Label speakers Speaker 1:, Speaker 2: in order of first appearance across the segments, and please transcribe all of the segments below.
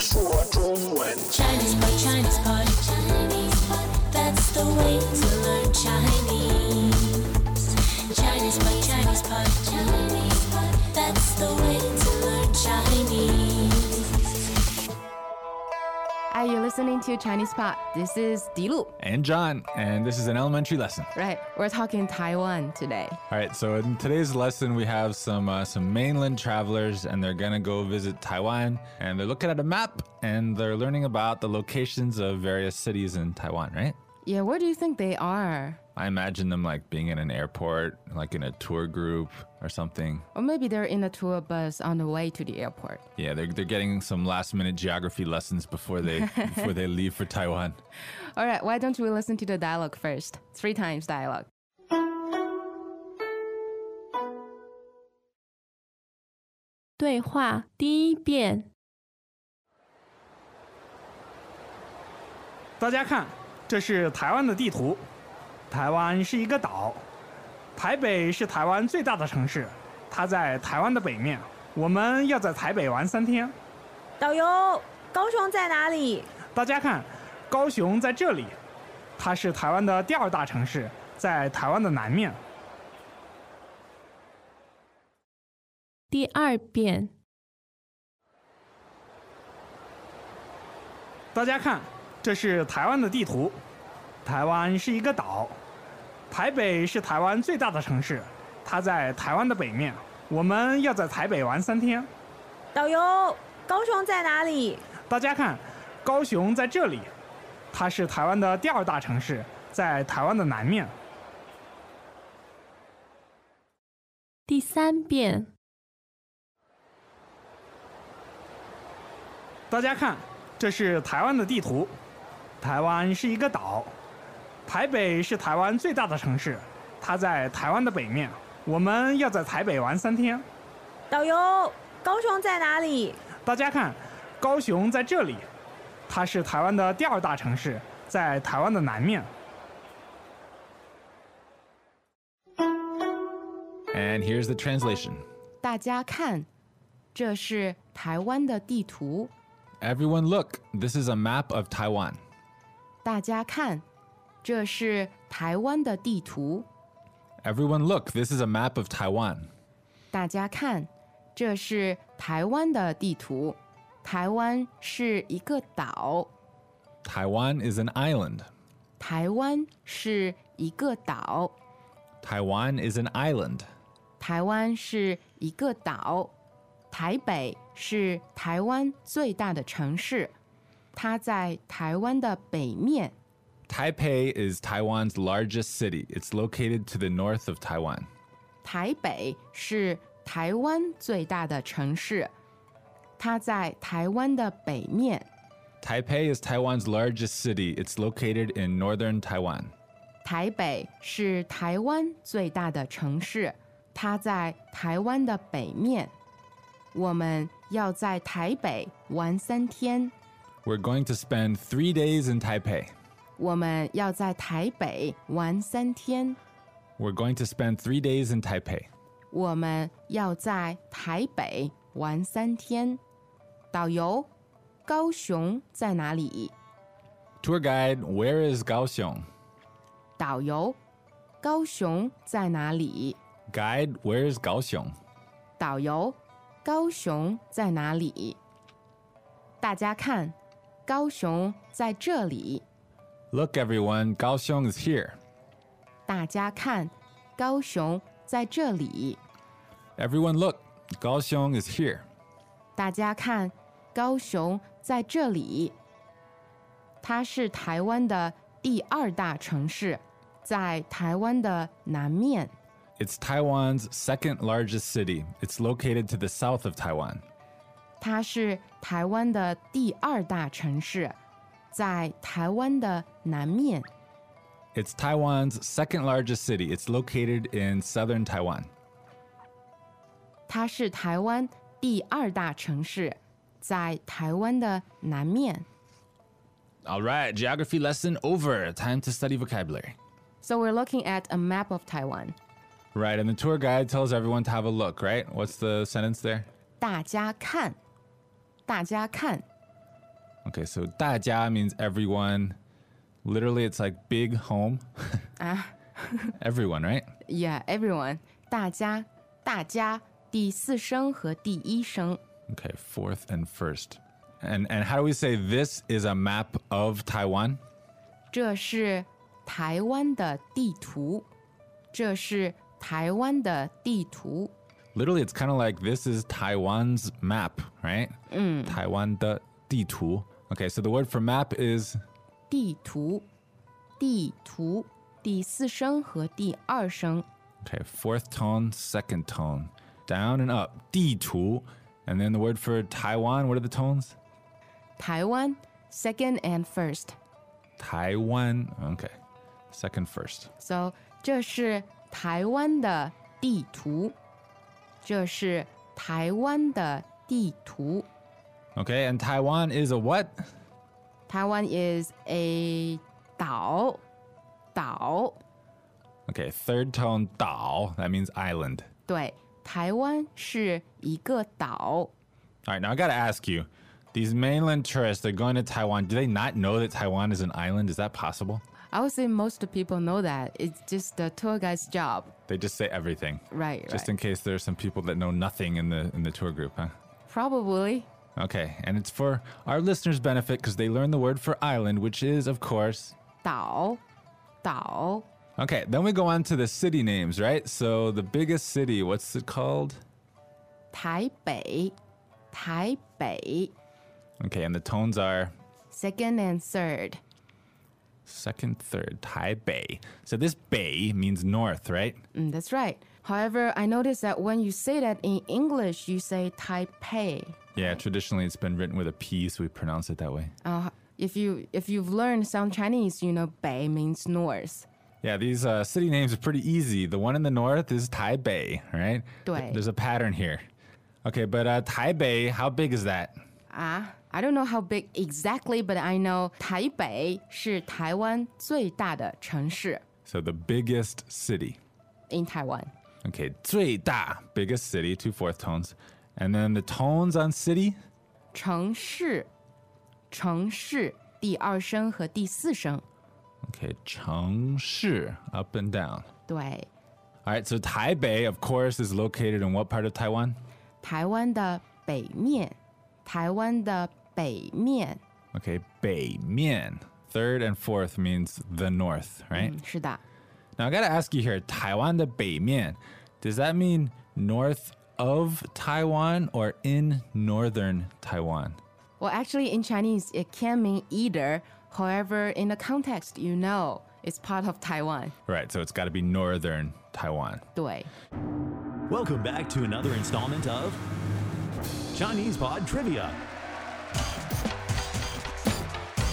Speaker 1: 说中文。
Speaker 2: Chinese pot, Chinese pot, Chinese pot. That's the way to learn Chinese. Chinese pot, Chinese pot, Chinese pot. That's the way to learn Chinese.
Speaker 3: Are you listening to Chinese Pod? This is Di Lu.
Speaker 4: and John, and this is an elementary lesson.
Speaker 3: Right, we're talking Taiwan today.
Speaker 4: All right, so in today's lesson, we have some uh, some mainland travelers, and they're gonna go visit Taiwan, and they're looking at a map, and they're learning about the locations of various cities in Taiwan. Right?
Speaker 3: Yeah, where do you think they are?
Speaker 4: I imagine them like being in an airport, like in a tour group or something.
Speaker 3: Or maybe they're in a tour bus on the way to the airport.
Speaker 4: Yeah, they're they're getting some last minute geography lessons before they before they leave for Taiwan.
Speaker 3: All right, why don't we listen to the dialogue first? Three times dialogue.
Speaker 5: 对话第一遍，
Speaker 6: 大家看，这是台湾的地图。台湾是一个岛，台北是台湾最大的城市，它在台湾的北面。我们要在台北玩三天。
Speaker 7: 导游，高雄在哪里？
Speaker 6: 大家看，高雄在这里，它是台湾的第二大城市，在台湾的南面。
Speaker 5: 第二遍，
Speaker 6: 大家看，这是台湾的地图。台湾是一个岛，台北是台湾最大的城市，它在台湾的北面。我们要在台北玩三天。
Speaker 7: 导游，高雄在哪里？
Speaker 6: 大家看，高雄在这里，它是台湾的第二大城市，在台湾的南面。
Speaker 5: 第三遍，
Speaker 6: 大家看，这是台湾的地图。台湾是一个岛，台北是台湾最大的城市，它在台湾的北面。我们要在台北玩三天。
Speaker 7: 导游，高雄在哪里？
Speaker 6: 大家看，高雄在这里，它是台湾的第二大城市，在台湾的南面。
Speaker 4: And here's the translation.
Speaker 3: 大家看，这是台湾的地图。大家看，这是台湾的地图。
Speaker 4: Everyone, look! This is a map of Taiwan. Everyone, look! This is a map of Taiwan.
Speaker 3: 大家看，这是台湾的地图。台湾是一个岛，
Speaker 4: Taiwan is an island.
Speaker 3: 台湾是一个岛，
Speaker 4: Taiwan is an island.
Speaker 3: 台湾是一个岛。台北是台湾最大的城市，它在台湾的北面。
Speaker 4: Taipei is Taiwan's largest city. It's located to the north of Taiwan.
Speaker 3: 台北是台湾最大的城市，它在台湾的北面。
Speaker 4: Taipei is Taiwan's largest city. It's located in northern Taiwan.
Speaker 3: 台北是台湾最大的城市，它在台湾的北面。我们要在台北玩三天，
Speaker 4: We're going to spend three days in Taipei.
Speaker 3: 我们要在台北玩三天，
Speaker 4: We're going to spend three days in Taipei.
Speaker 3: 我们要在台北玩三天。导游，高雄在哪里？
Speaker 4: Tour guide, where is Kaohsiung?
Speaker 3: 导游，高雄在哪里？
Speaker 4: Guide, where is Kaohsiung?
Speaker 3: 导游，高雄在哪里？大家看，高雄在这里。
Speaker 4: Look, everyone, Kaohsiung is here.
Speaker 3: 大家看，高雄在这里。
Speaker 4: Everyone, look, Kaohsiung is here.
Speaker 3: 大家看，高雄在这里。它是台湾的第二大城市，在台湾的南面。
Speaker 4: It's Taiwan's second largest city. It's located to the south of Taiwan.
Speaker 3: 它是台湾的第二大城市，在台湾的南面。
Speaker 4: It's Taiwan's second largest city. It's located in southern Taiwan.
Speaker 3: 它是台湾第二大城市，在台湾的南面。
Speaker 4: All right, geography lesson over. Time to study vocabulary.
Speaker 3: So we're looking at a map of Taiwan.
Speaker 4: Right, and the tour guide tells everyone to have a look, right? What's the sentence there?
Speaker 3: 大家看，大家看，
Speaker 4: Okay, so 大家 means everyone. Literally, it's like big home.
Speaker 3: 啊
Speaker 4: everyone, right?
Speaker 3: ，Yeah, everyone，大家，大家，第四声和第一声。
Speaker 4: Okay, fourth and first. And and how do we say this is a map of Taiwan?
Speaker 3: 这是台湾的地图，这是台湾的地图。
Speaker 4: Literally, it's kind of like this is Taiwan's map, right? Taiwan the 地图. Okay, so the word for map is
Speaker 3: 地图，地图，第四声和第二声。
Speaker 4: okay, fourth tone, second tone, down and up, 地图. And then the word for Taiwan, what are the tones?
Speaker 3: 台湾，second and first。
Speaker 4: Taiwan. Okay. Second first.
Speaker 3: So，这是台湾的地图，这是台湾的地图。
Speaker 4: Okay, and Taiwan is a what?
Speaker 3: 台湾 is a 岛，岛。
Speaker 4: Okay, third tone, dao. That means island.
Speaker 3: 对，台湾是一个岛。
Speaker 4: All right, now I gotta ask you, these mainland tourists they're going to Taiwan. Do they not know that Taiwan is an island? Is that possible?
Speaker 3: I would say most people know that. It's just the tour guide's job.
Speaker 4: They just say everything,
Speaker 3: Right,
Speaker 4: just
Speaker 3: right.
Speaker 4: in case there's some people that know nothing in the in the tour group, huh?
Speaker 3: Probably.
Speaker 4: Okay, and it's for our listeners' benefit because they learn the word for island, which is of course.
Speaker 3: 岛，岛，
Speaker 4: Okay, then we go on to the city names, right? So the biggest city, what's it called?
Speaker 3: 台北，台北
Speaker 4: Okay, and the tones are
Speaker 3: ，second and third.
Speaker 4: second, third, Taipei. So this Bei means north, right?
Speaker 3: Mm, that's right. However, I noticed that when you say that in English, you say Taipei.
Speaker 4: Yeah, traditionally it's been written with a P, so we pronounce it that way.
Speaker 3: Uh, if you if you've learned some Chinese, you know Bei means north.
Speaker 4: Yeah, these uh, city names are pretty easy. The one in the north is Taipei, right?
Speaker 3: Dui.
Speaker 4: There's a pattern here. Okay, but uh, Taipei, how big is that?
Speaker 3: Ah, I don't know how big exactly, but I know Taipei 是台湾最大的城市
Speaker 4: So the biggest city.
Speaker 3: in Taiwan.
Speaker 4: Okay, 最大, biggest city, two fourth tones. And then the tones on city,
Speaker 3: 城市，城市第二声和第四声，
Speaker 4: okay, 城市, up and down.
Speaker 3: 对，
Speaker 4: All right, so Taipei, of course, is located in what part of Taiwan?
Speaker 3: 台湾的北面，台湾的北面，
Speaker 4: Okay, 北面. Third and fourth means the north, right?
Speaker 3: 嗯，是的，
Speaker 4: Now I gotta ask you here, Taiwan the Beimian, does that mean north of Taiwan or in northern Taiwan?
Speaker 3: Well, actually, in Chinese, it can mean either. However, in the context, you know, it's part of Taiwan.
Speaker 4: Right, so it's gotta be northern Taiwan.
Speaker 3: 对，
Speaker 1: Welcome back to another installment of Chinese Pod Trivia.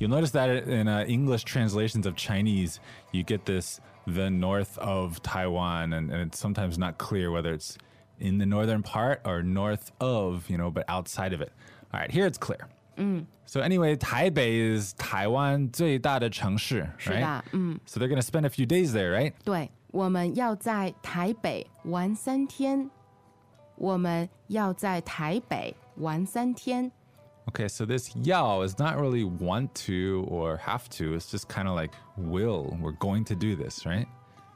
Speaker 4: You'll notice that in uh, English translations of Chinese, you get this the north of Taiwan, and, and it's sometimes not clear whether it's in the northern part or north of, you know, but outside of it. All right, here it's clear. So anyway, Taipei is Taiwan 最大的城市, right?
Speaker 3: 是的，嗯。
Speaker 4: So they're going to spend a few days there, right?
Speaker 3: 对，我们要在台北玩三天，我们要在台北玩三天。
Speaker 4: Okay, so this yao is not really want to or have to. It's just kind of like will. We're going to do this, right?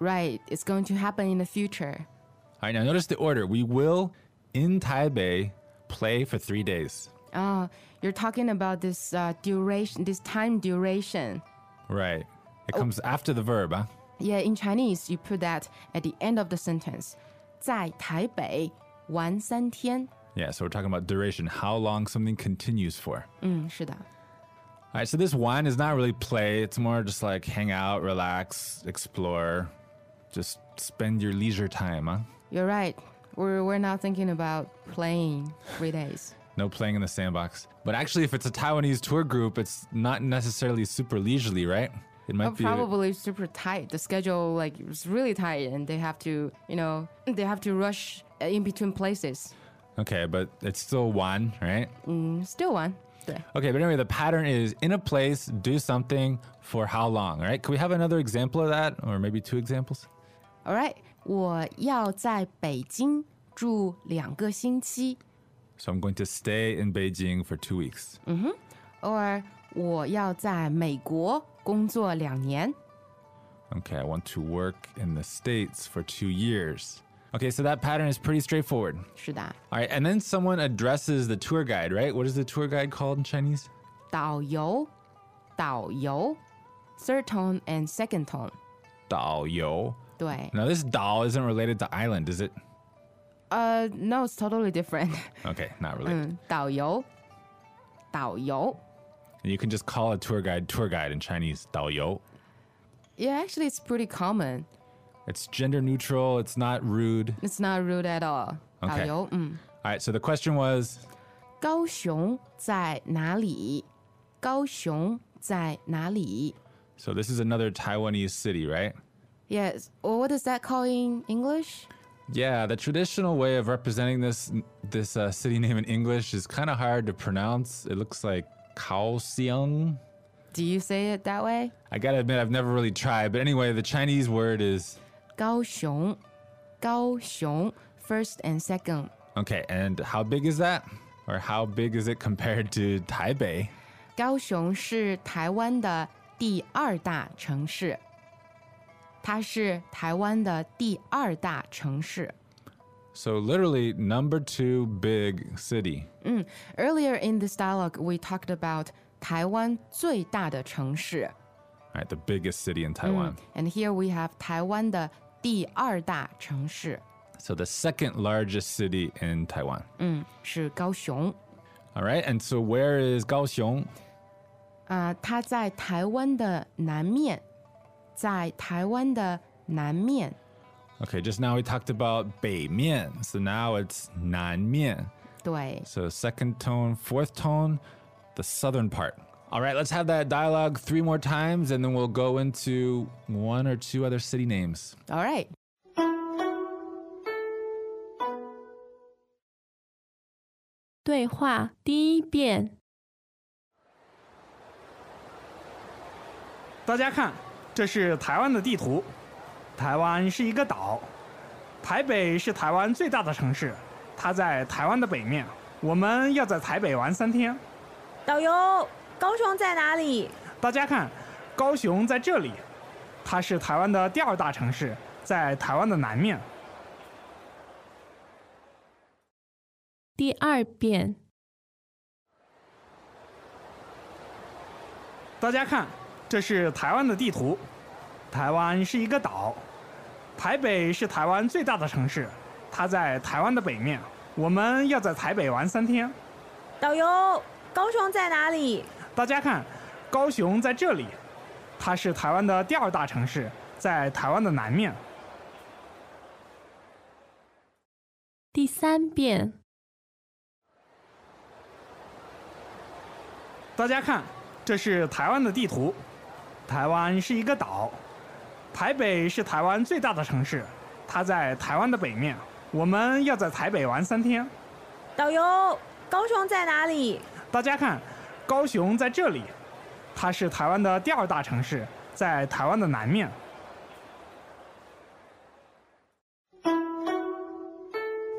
Speaker 3: Right, it's going to happen in the future.
Speaker 4: All right, now notice the order. We will in Taipei play for three days.
Speaker 3: Ah, you're talking about this uh, duration, this time duration.
Speaker 4: Right. It comes after the verb, huh?
Speaker 3: Yeah, in Chinese, you put that at the end of the sentence. 在台北玩三天。
Speaker 4: Yeah, so we're talking about duration, how long something continues for.
Speaker 3: 嗯，是的。
Speaker 4: All right, so this one is not really play. It's more just like hang out, relax, explore, just spend your leisure time, huh?
Speaker 3: You're right. We're, we're not thinking about playing three days.
Speaker 4: No playing in the sandbox. But actually, if it's a Taiwanese tour group, it's not necessarily super leisurely, right? It might
Speaker 3: Uh,
Speaker 4: be.
Speaker 3: probably super tight. The schedule like is really tight, and they have to, you know, they have to rush uh, in between places.
Speaker 4: Okay, but it's still one, right?
Speaker 3: Mm, Still one. 对，
Speaker 4: Okay, but anyway, the pattern is in a place, do something for how long, right? Can we have another example of that, or maybe two examples?
Speaker 3: All right，我要在北京住两个星期
Speaker 4: So I'm going to stay in Beijing for two weeks.
Speaker 3: ，or 我要在美国工作两年。
Speaker 4: Okay, I want to work in the States for two years. Okay, so that pattern is pretty straightforward.
Speaker 3: 是的，
Speaker 4: All right, and then someone addresses the tour guide, right? What is the tour guide called in Chinese?
Speaker 3: 导游，导游，third tone and second tone。
Speaker 4: Dao Yo.
Speaker 3: 对，
Speaker 4: Now, this Dao isn't related to island, is it?
Speaker 3: 呃、n o Uh, it's totally different。
Speaker 4: Okay, not related.
Speaker 3: 嗯，导游，导游。
Speaker 4: You can just call a tour guide tour guide in Chinese, Dao Yo.
Speaker 3: Yeah, actually, it's pretty common.
Speaker 4: It's gender neutral, it's not rude.
Speaker 3: It's not rude at all. mm.
Speaker 4: Okay.
Speaker 3: 导游，嗯，
Speaker 4: All right, so the question was
Speaker 3: 高雄在哪里？高雄在哪里
Speaker 4: so this is another Taiwanese city, right?
Speaker 3: ？Yes. Or what is that called in English?
Speaker 4: Yeah, the traditional way of representing this this uh, city name in English is kind of hard to pronounce. It looks like Kaohsiung.
Speaker 3: Do you say it that way?
Speaker 4: I gotta admit, I've never really tried. But anyway, the Chinese word is
Speaker 3: 高雄，高雄，first and second.
Speaker 4: okay. And how big is that, or how big is it compared to Taipei?
Speaker 3: 高雄是台湾的第二大城市，它是台湾的第二大城市。
Speaker 4: So literally, number two big city.
Speaker 3: Earlier in this dialogue, we talked about 台湾最大的城市。
Speaker 4: All right, the biggest city in Taiwan.
Speaker 3: And here we have 台湾的第二大城市
Speaker 4: So the second largest city in Taiwan.
Speaker 3: 是高雄
Speaker 4: All right, and so where is Kaohsiung?
Speaker 3: 啊、它在台湾的南面，在台湾的南面，
Speaker 4: Okay, just now we talked about 北面, so now it's 南面.
Speaker 3: 对
Speaker 4: So second tone, fourth tone, the southern part. All right, let's have that dialogue three more times and then we'll go into one or two other city names.
Speaker 3: ，All right，
Speaker 5: 对话第一遍，
Speaker 6: 大家看，这是台湾的地图。台湾是一个岛，台北是台湾最大的城市，它在台湾的北面。我们要在台北玩三天。
Speaker 7: 导游，高雄在哪里？
Speaker 6: 大家看，高雄在这里，它是台湾的第二大城市，在台湾的南面。
Speaker 5: 第二遍，
Speaker 6: 大家看，这是台湾的地图。台湾是一个岛，台北是台湾最大的城市，它在台湾的北面。我们要在台北玩三天。
Speaker 7: 导游，高雄在哪里？
Speaker 6: 大家看，高雄在这里，它是台湾的第二大城市，在台湾的南面。
Speaker 5: 第三遍，
Speaker 6: 大家看，这是台湾的地图。台湾是一个岛，台北是台湾最大的城市，它在台湾的北面。我们要在台北玩三天。
Speaker 7: 导游，高雄在哪里？
Speaker 6: 大家看，高雄在这里，它是台湾的第二大城市，在台湾的南面。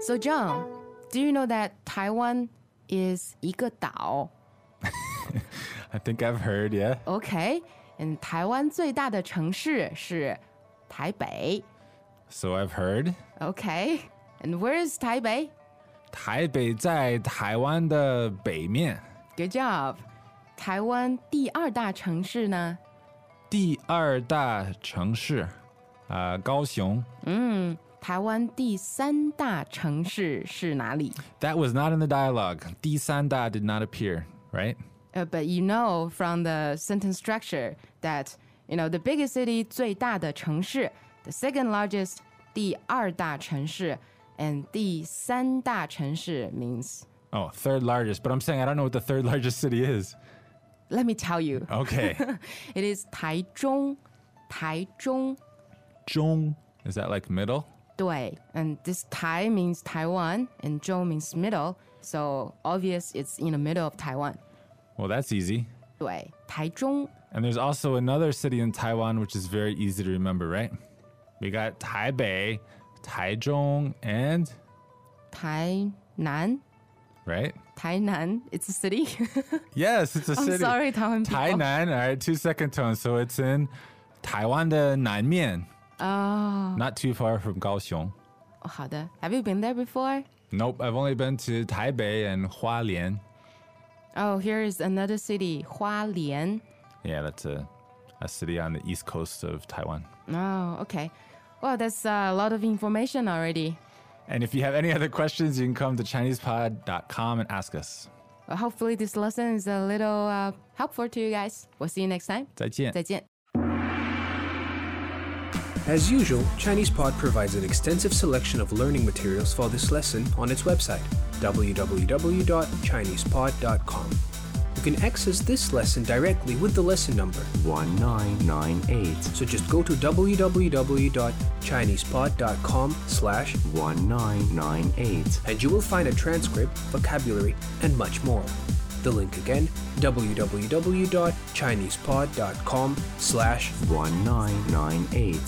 Speaker 3: So, John, do you know that Taiwan is 一个岛
Speaker 4: I think I've heard, yeah.
Speaker 3: ？OK，嗯，台湾最大的城市是台北。
Speaker 4: So I've heard.
Speaker 3: OK，and、where is 台北
Speaker 4: Taipei在台湾的北面.
Speaker 3: ？Good job。台湾第二大城市呢？
Speaker 4: Uh, 第二大城市，呃，高雄。
Speaker 3: 台湾第三大城市是哪里？
Speaker 4: That was not in the dialogue. 第三大 did not appear, right?
Speaker 3: Uh, but you know from the sentence structure that you know the biggest city 最大的城市，the second largest 第二大城市，and 第三大城市 means
Speaker 4: Oh, third largest. But I'm saying I don't know what the third largest city is.
Speaker 3: Let me tell you,
Speaker 4: Okay.
Speaker 3: it is 台中，台中。
Speaker 4: Zhong. Is that like middle?
Speaker 3: 对, and this Tai means Taiwan and Zhou means middle, so obvious it's in the middle of Taiwan.
Speaker 4: Well, that's easy.
Speaker 3: 对, Taichung.
Speaker 4: And there's also another city in Taiwan which is very easy to remember, right? We got Taipei, Taichung, and
Speaker 3: Tainan.
Speaker 4: right?
Speaker 3: Tainan, it's a city.
Speaker 4: Yes, it's a
Speaker 3: I'm
Speaker 4: city.
Speaker 3: sorry, Taiwan people.
Speaker 4: Tainan. All right, two second tone. So it's in Taiwan the Nanmian.
Speaker 3: Ah.
Speaker 4: Oh. Not too far from Kaohsiung.
Speaker 3: 好的, Oh, have you been there before?
Speaker 4: Nope, I've only been to Taipei and Hualien.
Speaker 3: Oh, here is another city, Hualien.
Speaker 4: Yeah, that's a, a city on the east coast of Taiwan.
Speaker 3: Oh, okay. Well, that's uh, a lot of information already.
Speaker 4: And if you have any other questions, you can come to ChinesePod.com and ask us.
Speaker 3: Well, hopefully, this lesson is a little uh, helpful to you guys. We'll see you next time.
Speaker 4: 再见.
Speaker 3: 再见.
Speaker 8: As usual, ChinesePod provides an extensive selection of learning materials for this lesson on its website, www.chinesepod.com. You can access this lesson directly with the lesson number,
Speaker 9: 1998
Speaker 8: so just go to www.chinesepod.com slash
Speaker 9: 1998
Speaker 8: and you will find a transcript, vocabulary, and much more. The link again, www.chinesepod.com slash
Speaker 9: 1998